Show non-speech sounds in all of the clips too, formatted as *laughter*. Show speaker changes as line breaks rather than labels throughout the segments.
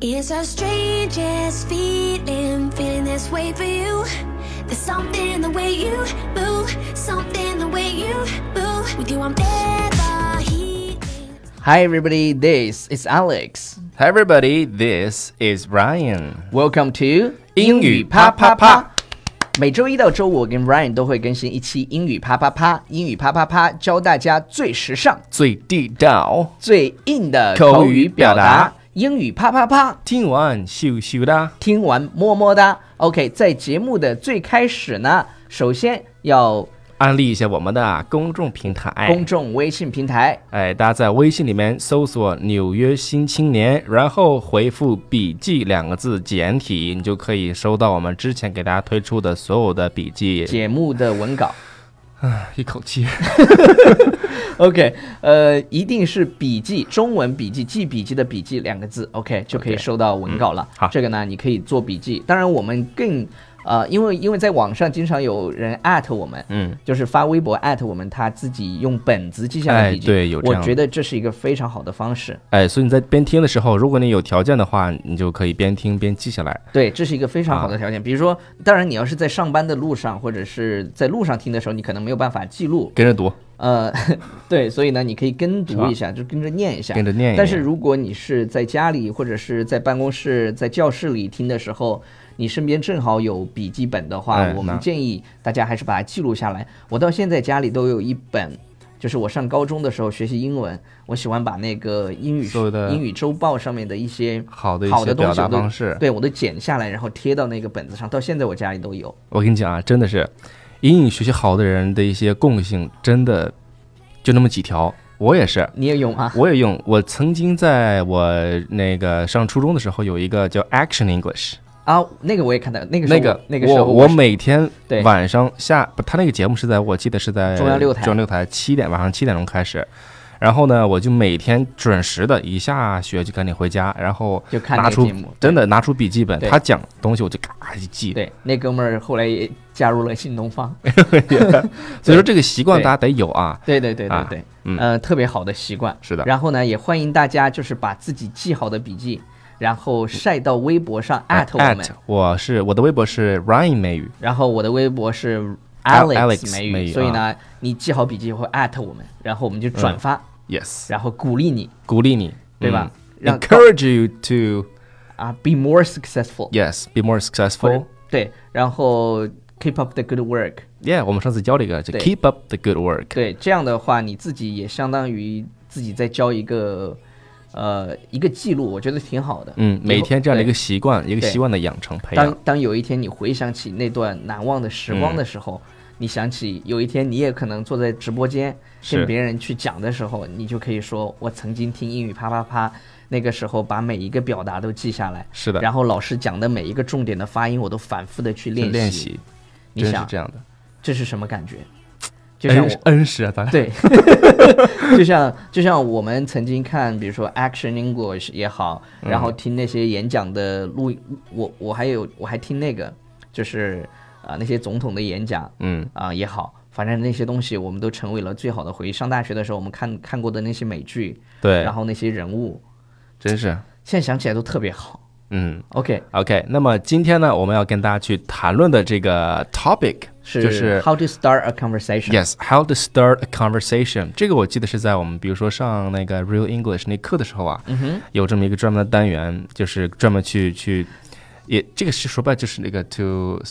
It's our strangest feeling, feeling this way for you. There's something the way you move, something the way you move. With you, I'm never healing.
Hi, everybody. This is Alex.
Hi everybody, this is Ryan。
Welcome to
英语啪啪啪。
每周一到周五，我跟 Ryan 都会更新一期英语啪啪啪。英语啪啪啪，教大家最时尚、
最地道，
最硬的
口
口语
语
表达
表达。
英语啪啪啪，
听完羞羞哒。
听完么么哒。OK，在节目的最开始呢，首先要
安利一下我们的公众平台，
公众微信平台
哎，大家在微信里面搜索“纽约新青年”，然后回复“笔记”两个字简体，你就可以收到我们之前给大家推出的所有的笔记。
节目的文稿。
*laughs* 一口气，
OK，呃，一定是笔记，中文笔记，记笔记的笔记两个字，OK 就可以
OK，嗯
收到文稿了。
好
这个呢，你可以做笔记。当然，我们更呃，因为因为在网上经常有人艾特我们，
嗯，
就是发微博艾特我们，他自己用本子记下来
哎
笔记。
对有这
我
样的
觉得这是一个非常好的方式。
哎，所以你在边听的时候，如果你有条件的话，你就可以边听边记下来。
对，这是一个非常好的条
啊
件。比如说，当然你要是在上班的路上，或者是在路上听的时候，你可能没有办法记录，
跟着读，
呃， *laughs* 对，所以呢，你可以跟
是
读
吧
一下，就跟着念一下，
跟着念一
但是
念
如果你是在家里或者是在办公室、在教室里听的时候，你身边正好有笔记本的话，
哎
我们
那
建议大家还是把它记录下来。我到现在家里都有一本。就是我上高中的时候学习英文，我喜欢把那个英语
所有的
英语周报上面的一些
好的一
好
些
的东
表
西我
达
都
方式。
对我都剪下来，然后贴到那个本子上，到现在我家里都有。
我跟你讲啊，真的是英语学习好的人的一些共性，真的就那么几条。我也是，
你也有吗？
我也用。我曾经在我那个上初中的时候，有一个叫 Action English，
啊，那个我也看到，那个时候
那个
那个时候
我我
是
每天
对
晚上下不，他那个节目是在我记得是在
中央六台
中央六台七点晚上七点钟开始。然后呢，我就每天准时的一下学就赶紧回家，然后
就看那
拿
个
出
节目，对
真的拿出笔记本，
对
他讲东西我就嘎一记。
对，那哥们儿后来也加入了新东方。
哎所以说这个习惯
对
大家得有啊。
对对对对
啊
对，
嗯
呃，特别好的习惯。
是的
然后呢，也欢迎大家就是把自己记好的笔记，然后晒到微博上艾特我们
哎 at。我是我的微博是 Ryan 美语，
然后我的微博是
Al-
Alex
啊 Alex 啊
美
美
语，
语
所以呢，你记好笔记会艾特我们，然后我们就
嗯
转发，
Yes，
然后鼓励你，
鼓励你，
对吧？
嗯
让告
？Encourage you to
啊，be more successful。
yes be more
或者
successful。
对，然后 keep up the good work。
Yeah，我们上次教了一个，就
对
keep up the good work。
对，这样的话你自己也相当于自己在交一个，呃，一个记录，我觉得挺好的。
嗯，每天这样的一个
对
习惯，一个
对
习惯的养成培
当
养，嗯
当有一天你回想起那段难忘的时光的时候，你想起有一天你也可能坐在直播间跟
是
别人去讲的时候，你就可以说我曾经听英语啪啪啪，那个时候把每一个表达都记下来。
是的
然后老师讲的每一个重点的发音，我都反复的去
去
练习。
练习，
你
真是
想
这样哎的。
这是什么感觉？就像
恩
我
师恩师啊，咱 *laughs* 俩
对， *laughs* 就像就像我们曾经看，比如说 Action English 也好，然
嗯
后听那些演讲的录，音，我我还有我还听那个，就是啊、呃那些总统的演讲
嗯，
啊、也好，反正那些东西我们都成为了最好的回忆。上大学的时候我们看看过的那些美剧，
对
然，后那些人物，
真是，
现在想起来都特别好。
嗯。
OK，
OK，那么今天呢，我们要跟大家去谈论的这个 topic
是、
就是
How to start a conversation。
Yes, how to start a conversation？这个我记得是在我们比如说上那个 Real English 那课的时候啊，
嗯
有这么一个专门的单元，就是专门去去，也这个是说白了就是那个 to，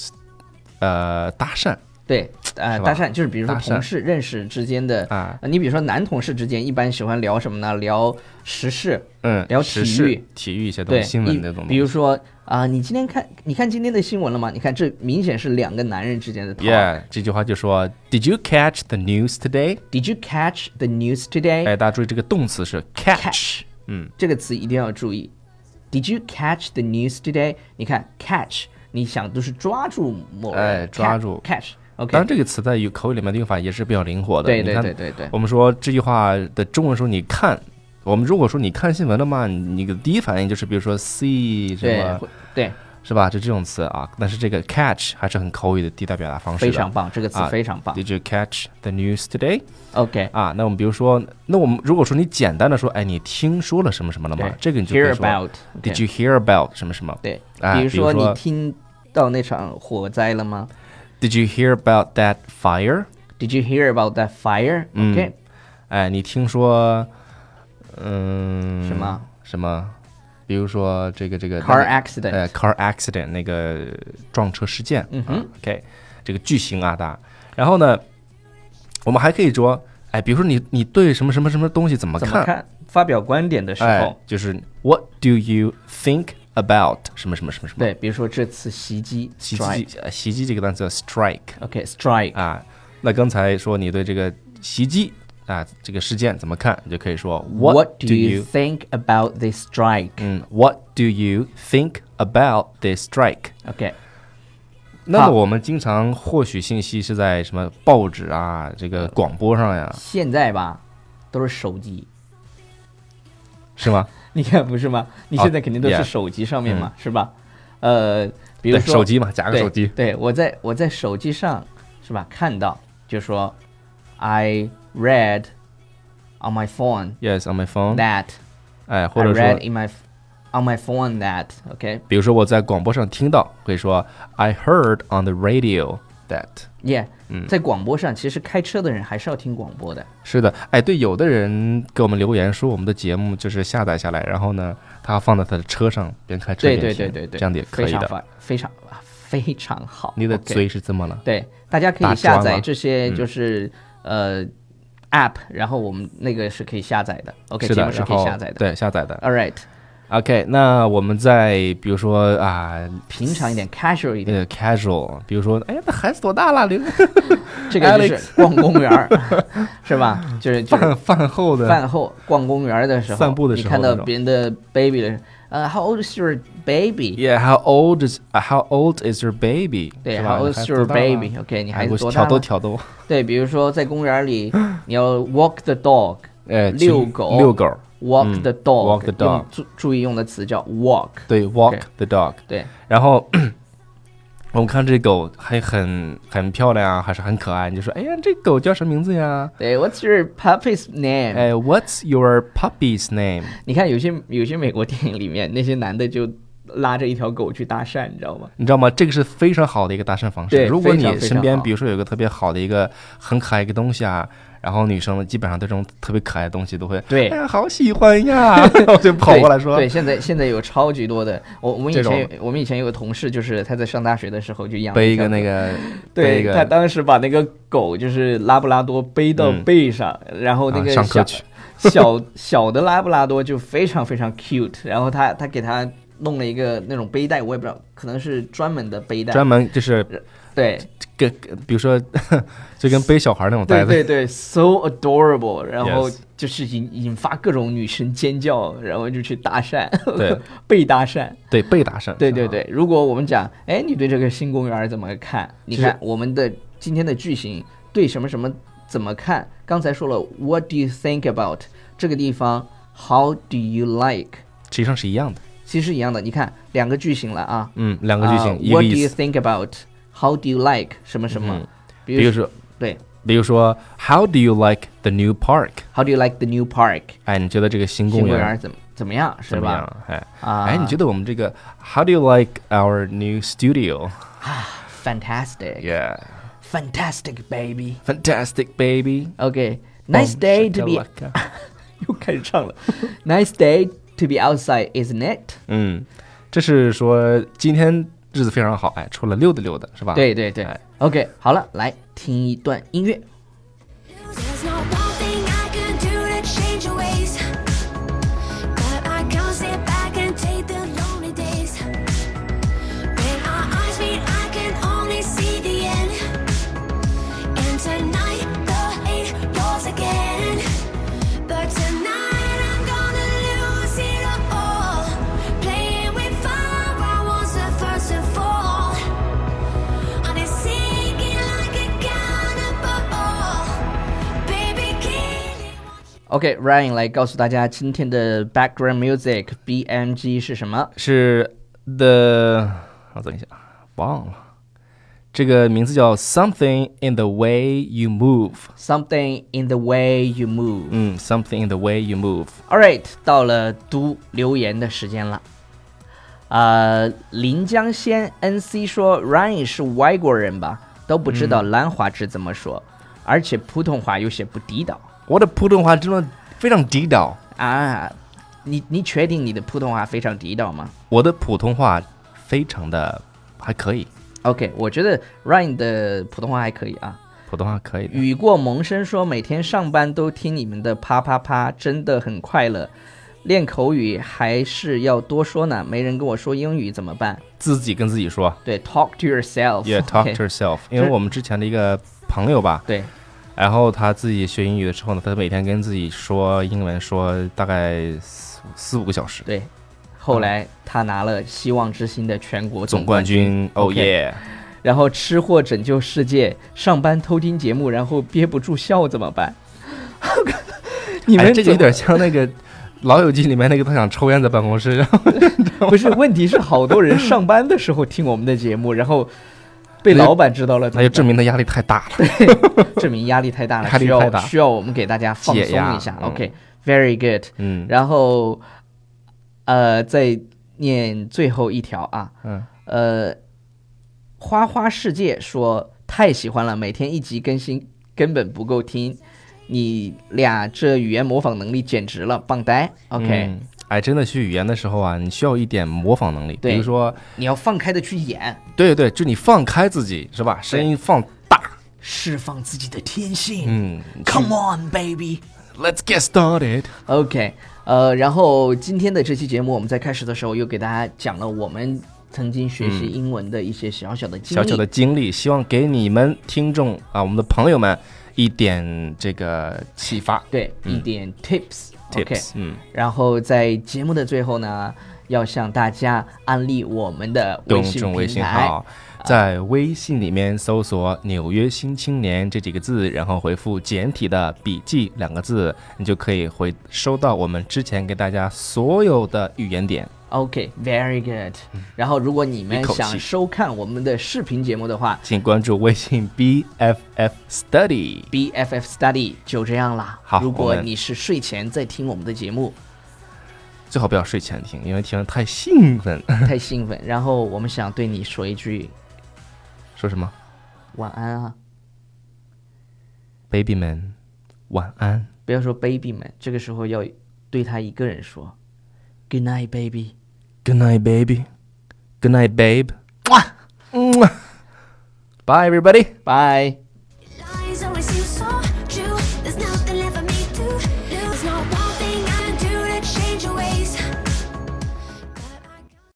呃，搭讪
对，呃，
是
搭
吧
讪就是比如说
搭讪
同事认识之间的
啊
呃你比如说男同事之间一般喜欢聊什么呢？聊时事，
嗯，
聊
时
体
事
育
体育一些东
对，
西，新闻
一
那种东西，
比如说啊、你今天看你看今天的新闻了吗？你看这明显是两个男人之间的 talk。
Yeah，这句话就说 Did you catch the news today？
Did you catch the news today?
哎，大家注意这个动词是 catch，,
catch，
嗯，
这个词一定要注意。Did you catch the news today？你看 catch，你想都是抓住某人，
哎抓住
catch。OK，
当然这个词在语口语里面的用法也是比较灵活的。
对
你
对
看
对对对
我们说这句话的中文说你看，我们如果说你看新闻了嘛，你你的第一反应就是比如说 see 什
对
么
会对
是吧？就这种词啊，但是这个 catch 还是很口语的地道表达方式
非
的。
常棒，这个词
啊
非常棒。
Did you catch the news today？
OK，
啊，那我们比如说，那我们如果说你简单的说，哎，你听说了什么什么了吗
对？
啊这个你就可
hear
以说
about
Did you hear about 什么什么
对，
啊
比如
比如
说你
说
听到那场火灾了吗
？Did you hear about that fire？
？Did you hear about that fire？OK，、
嗯哎，你听说，嗯，
什么
什么？比如说这个这个
Car
那个
accident
呃，car accident 那个撞车事件，嗯
哼
o k 这个巨型啊大。然后呢，我们还可以说，哎，比如说你你对什么什么什么东西怎么
怎么看？发表观点的时候，
哎，就是 What do you think about 什么什么什么什么？
对，比如说这次袭击
袭
strike
击呃袭击这个单词叫 strike
OK strike，、
啊。那刚才说你对这个袭击啊这个事件怎么看？你就可以说
What do
do
you think about this strike？OK，、
嗯，What do you think about this strike？那
好
么我们经常获取信息是在什么报纸啊、这个广播上呀，
现在吧都是手机，
是吗？
你看不是吗？你
哦
现在肯定都是
yeah 嗯
手机上面嘛，是吧？呃，比如
对
说
手机嘛，夹个
对
手机。
对我在我在手机上是吧看到就说 I read on my phone
Yes, on my phone。
that
哎，
I
或者说
read in my f- on my phone that OK
比如说我在广播上听到，可以说 I heard on the radio that。
yeah，、在
嗯
广播上其实开车的人还是要听广播的。
是的，哎，对，有的人给我们留言说我们的节目就是下载下来，然后呢，他放在他的车上，边开车
对
边
对
听
对对对，
这样的也可以
非常
的。
发非常啊非常好。
你的
OK
嘴是怎么了？
对，大家可
大
以下
专
载
了嗯
这些就是、呃 app，然后我们那个是可以下载的。OK，
是
节
的，
目是
然
可以
后
下载的。
对，下载的。
，All right，
OK，那我们再比如说啊，
平常一点，casual 一点。
呃，casual，比如说，哎呀，那孩子多大了？
*laughs*
留
这个就是逛公园儿，是吧？就是就是
饭饭后的
饭后逛公园儿的时候，
散步的时
你
候
看到
那种
别人的 baby 的时候，呃，How old is your baby？
，Yeah，how old is how old is your baby？
对
是吧
，How old
孩
is
子多
your
大了
baby？OK，你
哎
孩
我
子多
挑
大
逗
了？
挑逗，
对，比如说在公园儿
*laughs*
里，你要 walk the dog， *laughs*
哎，去
遛狗
遛狗，
walk the dog，
嗯 walk the
用
dog
注注意用的词叫 walk，
对，walk the dog。
对，
然后 *clears throat* 我们看这狗还很很漂亮啊，还是很可爱，你就说，哎呀，这狗叫什么名字呀？
对，What's your puppy's name？
哎，What's your puppy's name？
你看有些有些美国电影里面，那些男的就拉着一条狗去搭讪，你知道吗？
你知道吗？这个是非常好的一个搭讪方式。
对
如果
非常
你
非常
身边
好
比如说有一个特别好的一个很可爱一个东西啊，然后女生呢基本上对这种特别可爱的东西都会，
对
哎呀好喜欢
*laughs*
呀，然后 *laughs* 就跑过来说，
对，对现在现在有超级多的。我我们以
这种
前有我们以前有个同事，就是他在上大学的时候就养了
背一
条
个那
狗，
个，背
对
一
他
个，
当时把那个狗就是拉布拉多背到
嗯
背上，然后那
啊
个
上
小、
课去
小小的拉布拉多就非常非常 cute，然后他他给他弄了一个那种背带，我也不知道，可能是专门的背带，
专门就是
对
跟比如说 *laughs* 就跟背小孩那种
对
袋子
对对，so adorable，然后
Yes
就是引引发各种女生尖叫，然后就去搭讪，
对
*laughs* 被搭讪。
对被搭讪，
对
是吧
对对，如果我们讲，哎，你对这个新公园儿怎么看？你
就是
看我们的今天的句型对什么什么怎么看？刚才说了，What do you think about 这个地方？How do you like？
实际上是一样的。
其实一样的，你看两个句型了啊，
嗯，两个句型，
啊
一
What
个
do
意
you
思。
think about？How do you like？什么什么？
嗯
比
比如
如
说，
对
比如说，How do you like the new park？
，How do you like the new park？
哎，你觉得这个新
新
公
公园
园
儿怎么怎么样？是
怎么
吧？
样？哎，
啊
哎，你觉得我们这个 How do you like our new studio？Yeah,
Fantastic，fantastic baby。
fantastic baby.
OK，nice、day to be
*laughs*
*laughs* 又开始唱了。nice day to be outside, isn't it？、
嗯，这是说今天日子非常好，哎，出来溜达溜达是吧？
对对对、
哎
o k 好了，来听一段音乐。
There's not one thing I could do to change your ways. But I can't sit back and take the lonely days. When our eyes meet, I can only see the end. And tonight the hate rolls again. But tonight I'm gonna lose it all. Playing with fire, I was the first to fall. And it's sinking like a cannonball. Baby, kill it.
OK，Ryan、来告诉大家今天的 background music BMG 是什么？
是 the 我等一下，忘了。这个名字叫 Something in the way you move。
Something in the way you move。
嗯，Something in the way you move。
All right，到了读留言的时间了。呃，临江仙 NC 说 Ryan 是外国人吧？都不知道兰花指怎么说，而且普通话有些不地道
我的普通话真的非常地道，
啊！你你确定你的普通话非常地道吗
我的普通话非常的还可以，
？OK，我觉得 Ryan 的普通话还可以啊。
普通话可以的。
雨过萌生说，每天上班都听你们的啪啪啪，真的很快乐。练口语还是要多说呢，没人跟我说英语怎么办？
自己跟自己说
对，talk to yourself。
，Yeah, talk
哦 OK
to yourself。因为我们之前的一个朋友吧，
对，
然后他自己学英语的时候呢，他每天跟自己说英文，说大概四四五个小时。
对，后来他拿了希望之星的全国
总
冠
冠军，Oh
OK
yeah！
然后吃货拯救世界，上班偷听节目，然后憋不住笑怎么办？ *laughs* 你
哎
们
这个
怎
有点像那个《老友记》里面那个他想抽烟在办公
*laughs*
室，然后
么不是？问题是好多人上班的时候听我们的节目，然后被
那就
老板知道了，
哎那
*laughs*
就证明他压力太大了。
证明压力太大了，
压力
需要
太大
需要我们给大家放松
解压
一下。
嗯
OK，very、good。
嗯
然后，呃，再念最后一条啊，
嗯，
呃，花花世界说太喜欢了，每天一集更新根本不够听，你俩这语言模仿能力简直了，棒呆。OK，、
嗯哎，真的去语言的时候啊，你需要一点模仿能力，
对
比如说，
你要放开的去演，
对对，就你放开自己是吧？声音放大，
释放自己的天性。
嗯
Come on, baby。
，Let's get started。
OK，呃，然后今天的这期节目，我们在开始的时候又给大家讲了我们曾经学习英文的一些小小的经历。
小小的经历，希望给你们听众啊，我们的朋友们一点这个启发。
对、一点 tips。OK，
嗯 tips，嗯，
然后在节目的最后呢，要向大家安利我们的微
公
信
众微信
平台。
号，在微信里面搜索“纽约新青年”这几个字，然后回复简体的“笔记”两个字，你就可以回收到我们之前给大家所有的语言点。
OK，very、good。然后，如果你们
一口气
想收看我们的视频节目的话
请关注微信 B F F Study。
，BFF Study 就这样啦。
好
如果
我们
你是睡前在听我们的节目，
最好不要睡前听，因为听了太兴奋。 *laughs*
太兴奋。然后，我们想对你说一句
说什么
晚安啊。
？Baby 们，晚安。
不要说 baby 们，这个时候要对他一个人说 good night baby。
Good night, baby. Good night, babe. Bye, everybody.
Bye.